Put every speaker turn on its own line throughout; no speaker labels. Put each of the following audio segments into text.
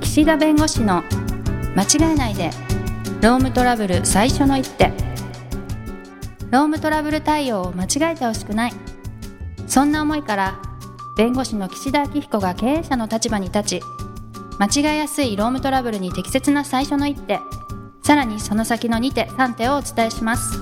岸田弁護士の間違えないでロームトラブル最初の一手ロームトラブル対応を間違えてほしくないそんな思いから弁護士の岸田明彦が経営者の立場に立ち間違えやすいロームトラブルに適切な最初の一手さらにその先の2手3手をお伝えします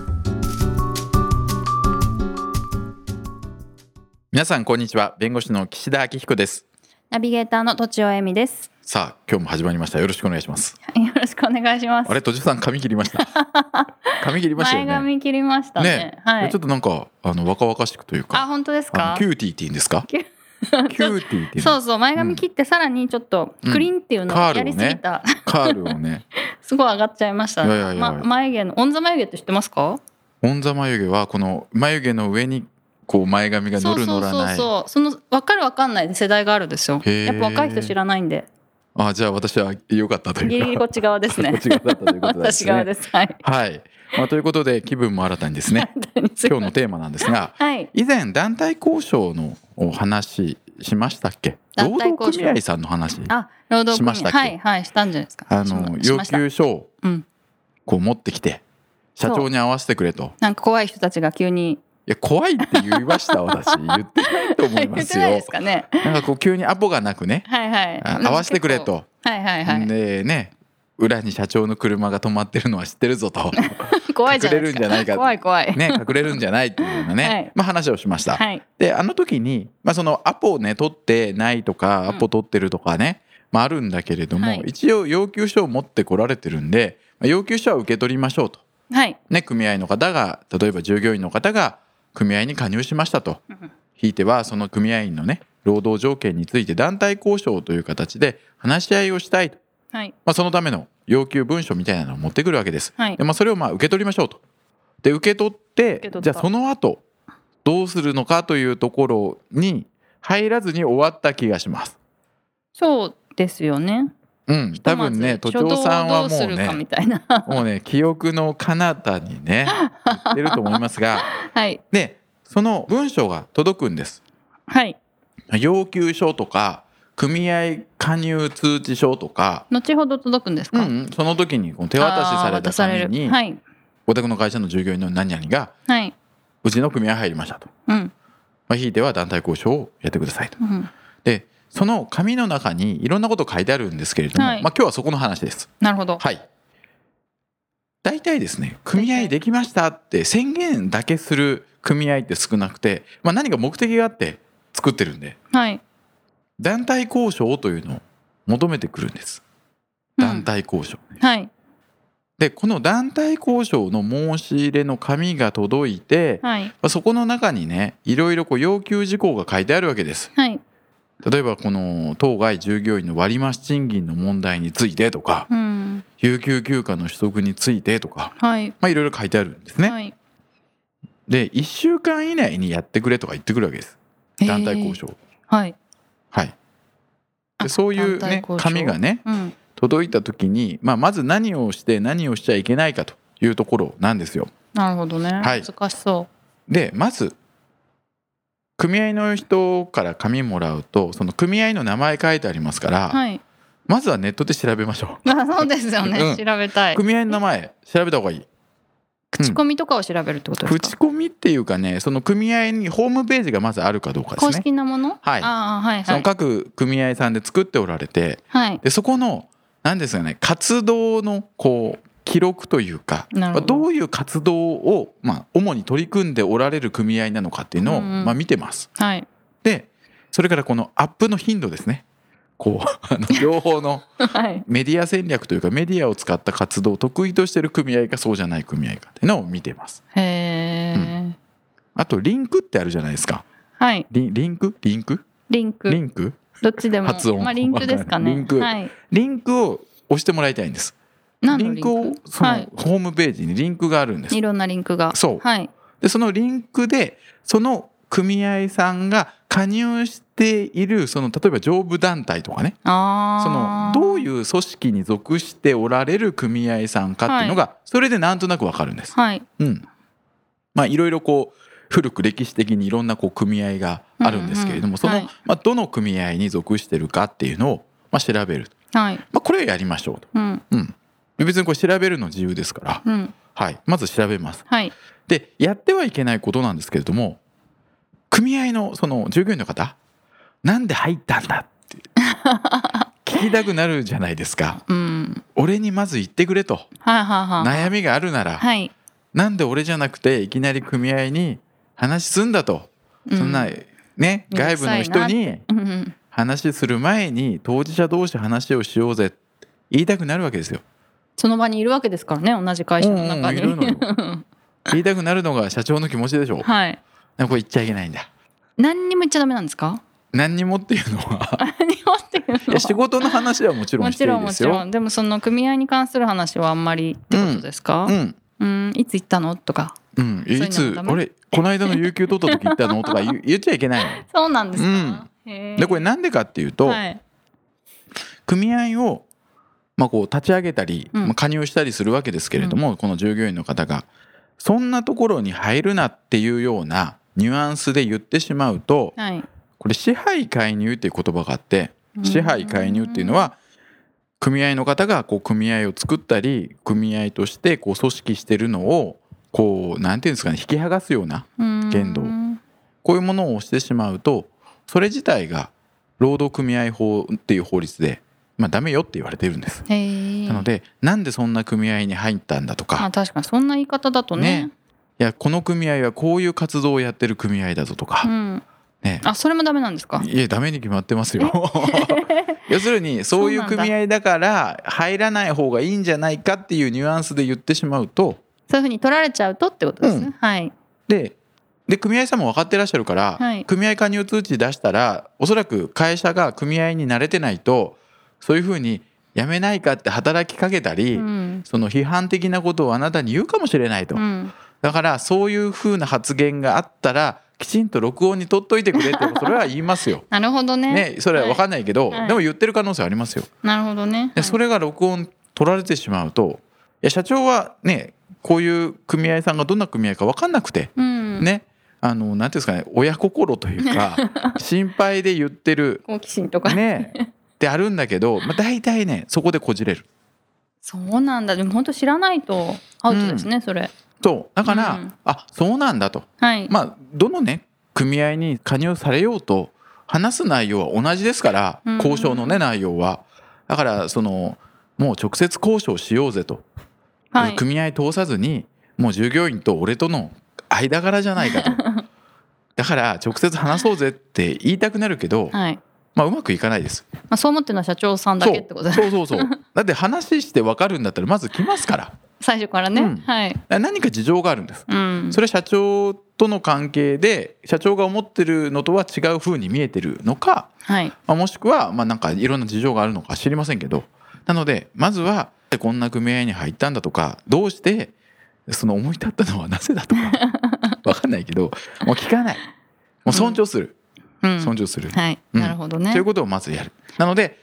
皆さんこんにちは弁護士の岸田明彦です
ナビゲーターの土地尾恵美です
さあ今日も始まりましたよろしくお願いします
はいよろしくお願いします
あれとじさん髪切りま した髪切りました
前
よね
髪切りましたね
ね
はい
ちょっとなんかあの若々しくという
あ
か
本当です
あ
か
のキューティーっていうんですか
キ
キ
ュ
ュー ティーっていうんです
そうそう前髪切ってさらにちょっとクリンっていうのを
うん
やりすぎた、
カールをね
すごい上がっちゃいましたね
いやいやいや
ま、眉毛のオンザ眉毛って知ってますか
オンザ眉毛はこの眉毛の上にこう前髪が
そ
乗
う
る
そ
乗
う
ら
そう
ない
そうその分かる分かんないで世代があるんですよ
へ
や
ー
っぱ若い人知らないん で
あじゃあ私は良かったと
ギリ
いうか
ギリこっち側ですね
こっち側だったということなんです
私
ね
側ですはい
はい、まあ、ということで気分も新たに で すね今日のテーマなんですが
はい
以前団体交渉のお話しましたっけ
団
労
体交渉
働組合さんの話あ
あ労働
し
組
まし
合
たっけ
はいはいしたんじゃないですかし
の
まし
要
ました
求書を
うん
こう持ってきて社長に合わせてくれと
なんか怖い人たちが急に
いや怖いって言いました私言ってないと思い
言っ
ま
て
す
ないで
よ
すかね
なんかこう急にアポがなくね
はいはい
あ合わせてくれと、
はいはいはい
でね裏に社長の車が止まってるのは知ってるぞと
怖いじゃないです
隠れる
か
んじゃないか
怖い怖い、
ね隠れるんじゃないっていうような ね、
はい
まあ、話をしました、
はい
であの時に、まあ、そのアポをね取ってないとか
うん
アポ取ってるとかね、まあ、あるんだけれども、
はい
一応要求書を持ってこられてるんで、まあ要求書は受け取りましょうと、
はい
ね、組合の方が例えば従業員の方が組合に加入しましたと
うん
ひいてはその組合員のね労働条件について団体交渉という形で話し合いをしたいと、
はい
まあ、そのための要求文書みたいなのを持ってくるわけです。
はい
でまあ、それをまあ受け取りましょうと。で受け取って
け取っ
じ
た
ゃあその後どうするのかというところに入らずに終わった気がします。
そうですよね
うん、多分ね
ひ
都
とまず
庁さんは
初動を
もう
どうするか
ね
みたいな
もうね記憶の彼方にね言ってると思いますが
はい
でその文書が届くんです。
はい
要求書とか組合加入通知書とか、
後ほど届くんです
う
か、
ん、その時にこう手渡しされ
あー渡
た紙
る
に、
はい
お宅の会社の従業員の何々が
はい、
うちの組合入りましたと。
うん
まあ、ひいては団体交渉をやってくださいと。
うん、
で、その紙の中にいろんなこと書いてあるんですけれども、
はい
まあ今日はそこの話です。
なるほど
はい。大体ですね、組合できましたって宣言だけする組合って少なくて、まあ何か目的があって作ってるんで、
はい、
団体交渉というのを求めてくるんです。
うん
団体交渉。
はい
で、この団体交渉の申し入れの紙が届いて、
はい
まあそこの中にね、いろいろこう要求事項が書いてあるわけです。
はい
例えばこの当該従業員の割増賃金の問題についてとか
うん
有給休暇の取得についてとか、
はい
まあ、いろいろ書いてあるんですね、
はい
で1週間以内にやってくれとか言ってくるわけです団体交、
えー
渉、
はい
はい
あ
でそういう、
団体
ね
交、渉
紙がね
うん
届いた時に、まあ、まず何をして何をしちゃいけないかというところなんですよ
なるほどね、
はい
難しそ
でまず組合の人から紙もらうとその組合の名前書いてありますから、
うはい
まずはネットで調べましょう
まあそうですよね、
うん
調べたい
組合の名前調べた方がいい
口コミとかを調べるってことですか
口コミっていうかねその組合にホームページがまずあるかどうかで
公
すね
式なもの
はい
ああはい
そ
は
の
い
各組合さんで作っておられて
はい
でそこの何ですかね活動のこう記録というか
なるほど
どういう活動を、まあ、主に取り組んでおられる組合なのかっていうのを、
うんうん
まあ、見てます
はい
でそれからこのアップの頻度ですねこう あの両方の
はい
メディア戦略というかメディアを使った活動を得意としている組合かそうじゃない組合かっていうのを見てます
へえ、
あとリンクってあるじゃないですか
はい
リンリンクリンク
リンク
リンク
どっちでも
発音
まあリンクですかね
リンク
はい
リンクを押してもらいたいんです
何
リ
の
ン
リン
ク
ク
をその
はい
ホームページにリンクがあるんです、
いろんなリンクが
そう
はい
でそのリンクでその組合さんが加入しているその例えば上部団体とかねその
ああ
どう
う
いう組織に属しておられる組合さんかっていうのがそれでなんとなくわかるんです、
はい
うんまあいろいろこう古く歴史的にいろんなこう組合があるんですけれど
う
も、
んうん
その、
はい
まあ、どの組合に属してるかっていうのをまあ調べる
はい。
まあ、これをやりましょうと。
うん。
うん、別にこれ調べるの自由ですから、
うん。
はい、まず調べます。
はい。
でやってはいけないことなんですけれども組合のその従業員の方なんで入ったんだって 聞きたくなるじゃないですか
うん。
俺にまず言ってくれと
はいはいはい。
悩みがあるなら、
はい。
なんで俺じゃなくていきなり組合に話すんだと、
う
そんな。ね
めんど
外
く
部
さ
の
いな
人
って
に
うん。
話する前に当事者同士話をしようぜって言いたくなるわけですよ。
その場にいるわけですからね、同じ会社の中に。
うんうんいるの言いたくなるのが社長の気持ちでしょ。
はい。
でもこれ言っちゃいけないんだ。
何にも言っちゃダメなんですか。
何にもっていうのは
何をっていうの
いや仕
は。
事の話はもちろん
も
し
ち
てい
ろん
い
も
です
ち
よ
ろ。んでもその組合に関する話はあんまりってことですか
う、ん、
うん、いつ行ったのとか
うん、
ういうの
いつ
ダメ
俺この間の有給取った時行ったのとか言う言っちゃいけない
そうなんですか、
の。
へ
でこれなんでかっていうと、
はい
組合をまあこう立ち上げたり、
うん
まあ、加入したりするわけですけれども、この従業員の方がそんなところに入るなっていうようなニュアンスで言ってしまうと、
はい
これ支配介入っていう言葉があって
うん
支配介入っていうのは組合の方がこう組合を作ったり組合としてこう組織してるのをこうなんていうんですかね引き剥がすような言動
うん
こういうものをしてしまうとそれ自体が労働組合法っていう法律で、まあ、ダメよって言われてるんです。
へー
なのでなんでそんな組合に入ったんだと
まあ
か
確かにそんな言い方だとね
ねいやこの組合はこういう活動をやってる組合だぞと
う
か、
ん、
ね、
あそれもダメなんですか
いやダメに決まってますよ 要するにそういう
そうなんだ
組合だから入らない方がいいんじゃないかっていうニュアンスで言ってしまうと
そういうふうに取られちゃうとってことですね、
うん
はい
でで組合さんも分かってらっしゃるから、
はい
組合加入通知出したらおそらく会社が組合に慣れてないとそういうふうに辞めないかって働きかけたり、
うん
その批判的なことをあなたに言うかもしれないと、
うん、
だからそういうふうな発言があったらきちんと録音に取っといてくれってそれは言いますよ。
なるほど ね
ね、それは分かんないけど、
はいはい
でも言ってる可能性ありますよ。
なるほどね
でそれが録音取られてしまうといや社長はねこういう組合さんがどんな組合か分かんなくて
はいうん、
ねあのなんていうんですかね親心とい うか心配で言ってる
好奇心とか、
ねってあるんだけど、まあ、大体ねそこでこじれる。
そうなんだでも本当知らないとアウトですね、それ
そうだから、
うん
あそうなんだと
はい、
まあどのね組合に加入されようと話す内容は同じですから
うん
交渉のね内容は。だからそのもう直接交渉しようぜと
はい、
組合通さずにもう従業員と俺との間柄じゃないか とだから直接話そうぜって言いたくなるけど、
はい
まあ、うまくいかないです
まあ、そう思ってるのは社長さんだ
そ
けっ
う
てことだね
そうそうそうだって話して分かるんだったらまず来ますからだか
最初からね、
うん
はい、
ら何か事情があるんです
うん、
それは社長との関係で社長が思ってるのとは違う風に見えてるのか、
はい
まあ、もしくはまあなんかいろんな事情があるのか知りませんけどなのでまずはこんな組合に入ったんだとかどうしてその思い立ったのはなぜだ とかわかんないけどもう聞かないもう尊重する、
うん
尊重する、
はい、
うん
なるほどね
ということをまずやるなので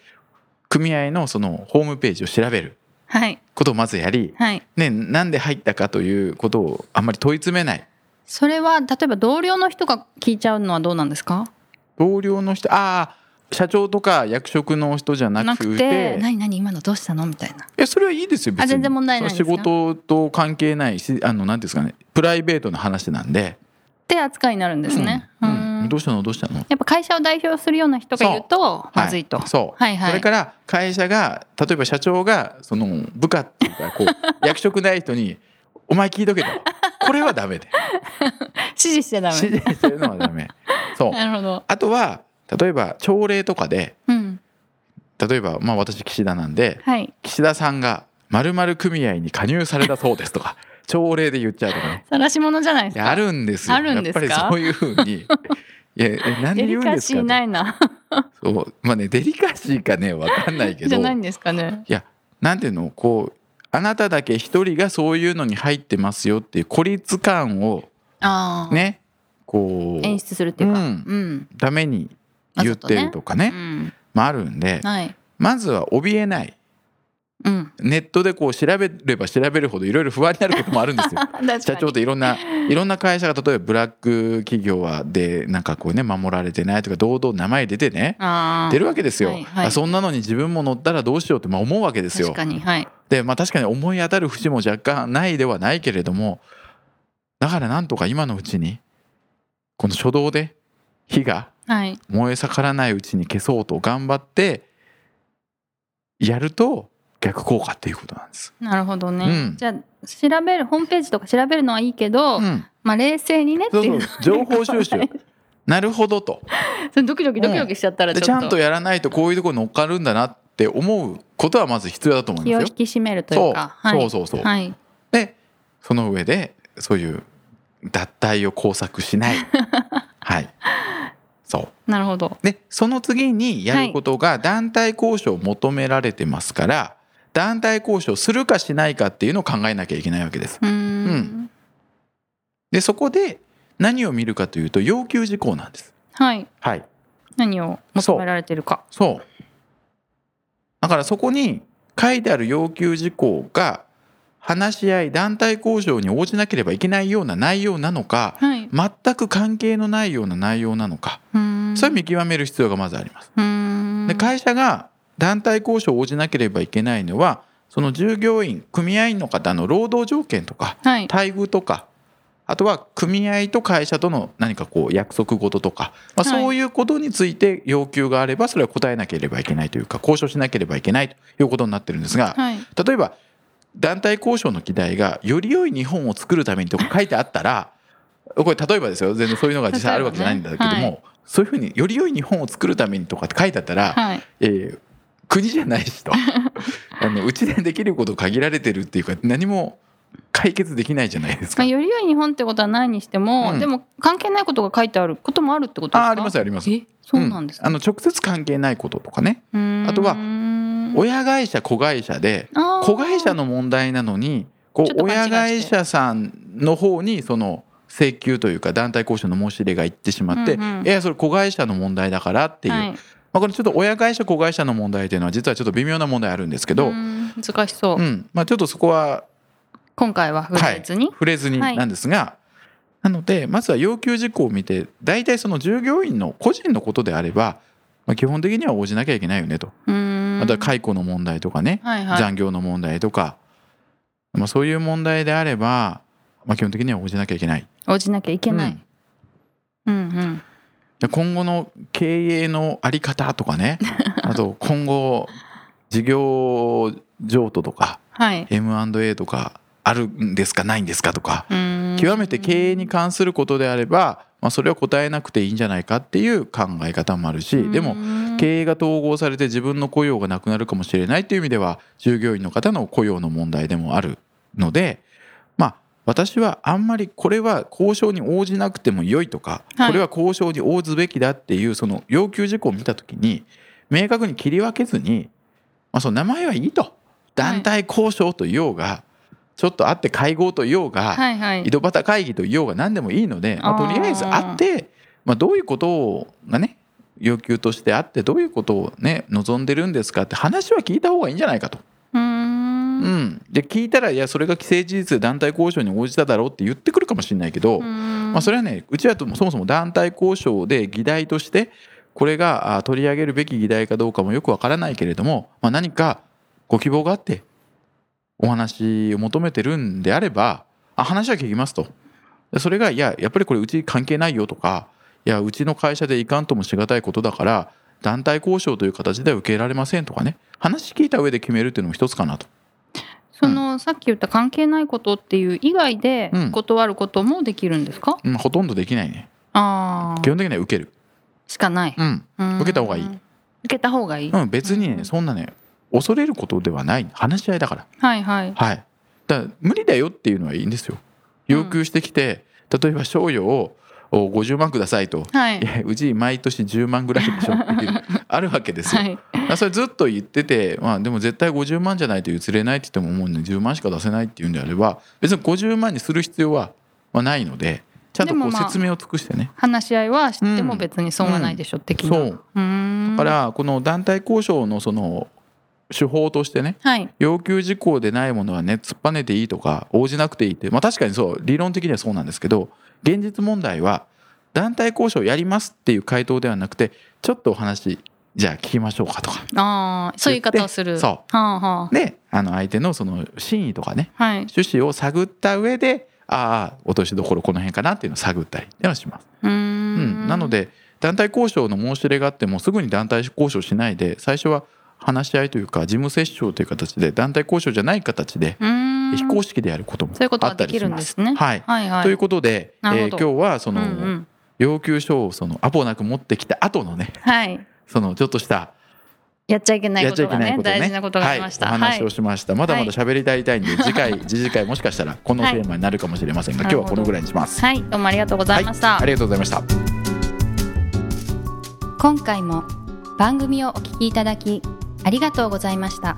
組合のそのホームページを調べる
はい
ことをまずやり、
はい
ね、なんで入ったかということをあんまり問い詰めない
それは例えば同僚の人が聞いちゃうのはどうなんですか
同僚の人ああ社長とか役職の人じゃな
な
くて
くて「何何今のどうしたの?」みたいな。
いやそれはいいですよ別に
あ全然問題ないんですか
それ仕事と関係ないしあのなんていうんですかねプライベートの話なんで
って扱いになるんですね。
う
うんん
うんどうしたのどうしたの
やっぱ会社を代表するような人がいるとまずいと。
はそう、
はいはい
それから会社が例えば社長がその部下っていうか こう役職ない人に「お前聞いとけ」と「これはダ メで
指示しちゃダメ。
指示するのはダメ」そう
なるほど。
あとは例えば朝礼とかで
うん。
例えばまあ私岸田なんで
はい。
岸田さんが〇〇組合に加入されたそうです とか朝礼で言っちゃうとかね
晒し者じゃないで
い
す
やあ
か。
るんですよ
あるんですか
やっぱりそういうふ うにいやえ何
デ
で言
リ
うん
カ
です
シ
か
ー
って
ないな。
そうまあねデリカシーかねわかんないけ
じゃ
ど
ないんですかね。
なんていうのこうあなただけ一人がそういうのに入ってますよっていう孤立感を
ああ。。
ねこ
演
う
出するっていうか。
う
うんん。うん。
ために言ってるとかねまああるんで
はい。
まずは怯えない
うん。
ネットでこう調べれば調べるほどいろいろ不安になることもあるんですよ。
確かに。
社長っていろんないろんな会社が例えばブラック企業はでなんかこうね守られてないとか堂々名前出てね
あー
出るわけですよ、
はいはい
あそんなのに自分も乗ったらどうしようってまあ思うわけですよ
確かに、はい。
でまあ確かに思い当たる節も若干ないではないけれどもだからなんとか今のうちにこの初動で火が
はい。
燃え盛らないうちに消そうと頑張ってやると逆効果っていうことなんです。
なるほどね。
うん
じゃあ、調べる、ホームページとか調べるのはいいけど、
うん、
まあ、冷静にねって
そう
い。
そう う情報収集
はい
なるほどと
それドキドキドキドキしちゃったらちょ
で
っと。
ちゃんとやらないとこういうところに乗っかるんだなって思うことはまず必要だと思い
気を
ま
引
すよ。
き締めるとい
そうう
か。
そうそうそう。
はい。
でその上でそういう脱退を工作し ないはいそう
なるほど。
でその次にやることが団体交渉を求められてますから、団体交渉するかしないかっていうのを考えなきゃいけないわけです
うー。
うんでそこで何を見るかというと要求事項なんです
はい。
はい
何を求められてるか。
そうだからそこに書いてある要求事項が話し合い団体交渉に応じなければいけないような内容なのか、
はい。う
全く関係のないような内容なのか
ーん。
それを見極める必要がまずあります。
うーん。
で会社が団体交渉を応じなければいけないのはその従業員組合員の方の労働条件とか
はい。
待遇とかあとは組合と会社との何かこう約束事とか、まあ、
はい
そういうことについて要求があればそれは答えなければいけないというか交渉しなければいけないということになってるんですが
はい。
例えば団体交渉の議題がより良い日本を作るためにとか書いてあったらこれ例えばですよ全然そういうのが実際あるわけじゃないんだけども、
例えばね
そういうふうにより良い日本を作るためにとかって書いてあったら、
はい。
えー国じゃない しとあのうちでできること限られてるっていうか何も解決できないじゃないです
ま
か。
あ、より良い日本ってことはないにしても、
うん
でも関係ないことが書いてあることもあるってことですか
あありますあります。
えそうなんです
うんあの直接関係ないこととかねあとは親会社子会社で子会社
の
の問題なのにこ
ちょっ
う
と勘違い
親
して
会社さんの方にその請求というか団体交渉の申し入れが行ってしまって、
うんうん
いやそれ子会社の問題だからっていう、
はい
まあ、これちょっと親会社子会社の問題というのは実はちょっと微妙な問題あるんですけど、
うー
うん
ん難しそう、
まあ、ちょっとそこは
今回は触れずに、
触れずになんですが、なのでまずは要求事項を見て大体その従業員の個人のことであれば、まあ、基本的には応じなきゃいけないよねと、
うーん
あとは解雇の問題とかね、
はいはい
残業の問題とか、まあ、そういう問題であれば、まあ、基本的には応じなきゃいけない。
応じなきゃいけな
うん
い、うん、うん
じゃあ今後の経営のあり方と かねあと今後事業譲渡とか
はい
M&A とかあるんですかないんですかとか
うーん
極めて経営に関することであれば、まあ、それは答えなくていいんじゃないかっていう考え方もあるしでも
営
経営が統合されて自分の雇用がなくなるかもしれないという意味では従業員の方の雇用の問題でもあるのでまあ私はあんまりこれは交渉に応じなくても良いとか、
はい
これは交渉に応ずべきだっていうその要求事項を見た時に明確に切り分けずに、まあ、その名前はいいと団体交渉と言おうが、ちょっと会って会合と言おうが、
はいはい
井戸端会議と言おうが何でもいいので、まあ、
あー
とりあえず会って、まあ、どういうことがね要求としてあってどういうことをね望んでるんですかって話は聞いた方がいいんじゃないかと。
うー
うん、
うん
で聞いたらいやそれが既成事実で団体交渉に応じただろうって言ってくるかもしれないけど、
ーん
まあ、それはねうちはともそもそも団体交渉で議題としてこれがあ取り上げるべき議題かどうかもよくわからないけれども、まあ、何かご希望があってお話を求めてるんであればあ話は聞きますとでそれがいややっぱりこれうち関係ないよとかいやうちの会社でいかんともしがたいことだから団体交渉という形では受け入れられませんとかね話聞いた上で決めるっていうのも一つかなと。
そのさっき言った関係ないことっていう以外で
うん
断ることもできるんですか、
うんほとんどできないね
あ
基
あ
本的には受ける、
しかない、
うん、
うーん
受けた方がいい
受けた方がいい、
うん、別に
う
ね、
ん
そんなね、恐れることではない。話し合いだから。
はいはい
はい。だから無理だよっていうのはいいんですよ。要求してきて、例えば賞与をお50万くださいと。
はい
いやうち毎年10万ぐらいでしょって いうあるわけですよ、
はい
だからそれずっと言ってて、まあ、でも絶対50万じゃないと譲れないって言ってももう、ね、10万しか出せないっていうんであれば別に50万にする必要はまあないのでちゃんと
で
こ
も
う
まあ
説明を尽くしてね、
話し合いはしても別に損はないでしょ的な、
そう
うーん
だからこの団体交渉のその手法としてね
はい
要求事項でないものはね突っぱねていいとか応じなくていいって、まあ、確かにそう理論的にはそうなんですけど現実問題は団体交渉やりますっていう回答ではなくてちょっとお話じゃあ聞きましょうかとか
ああそういう言い方をする
そう
はあは
であの相手のその真意とかね
あはい
趣旨を探った上でああ落としどころこの辺かなっていうのを探ったりではします。
うー
うん、
ん
なので団体交渉の申し入れがあってもすぐに団体交渉しないで最初は話し合いというか事務折衝という形で団体交渉じゃない形で
うーん
非公式でやることも
そういうこと
あ
が
った
でき
りし
るん
ま。
ですすね
はい、
はいはい
ということで、え
なる
ー
ほど
今日はその、
うんうん
要求書をそのアポなく持ってきた後のね
はい
そのちょっとした
やっちゃいけない
やっ
こ
ちゃ
と
いけ
が
ない
ね
ことね
大事なことがありました
はい、お話をしました、まだま
は
だ
い
喋りたいた いんで次回次々回もしかしたらこのテーマになるかもしれませんが、
はい
今日はこのぐらいにします。
はいどうもありがとうございました、
はい、ありがとうございました。
今回も番組をお聞きいただきありがとうございました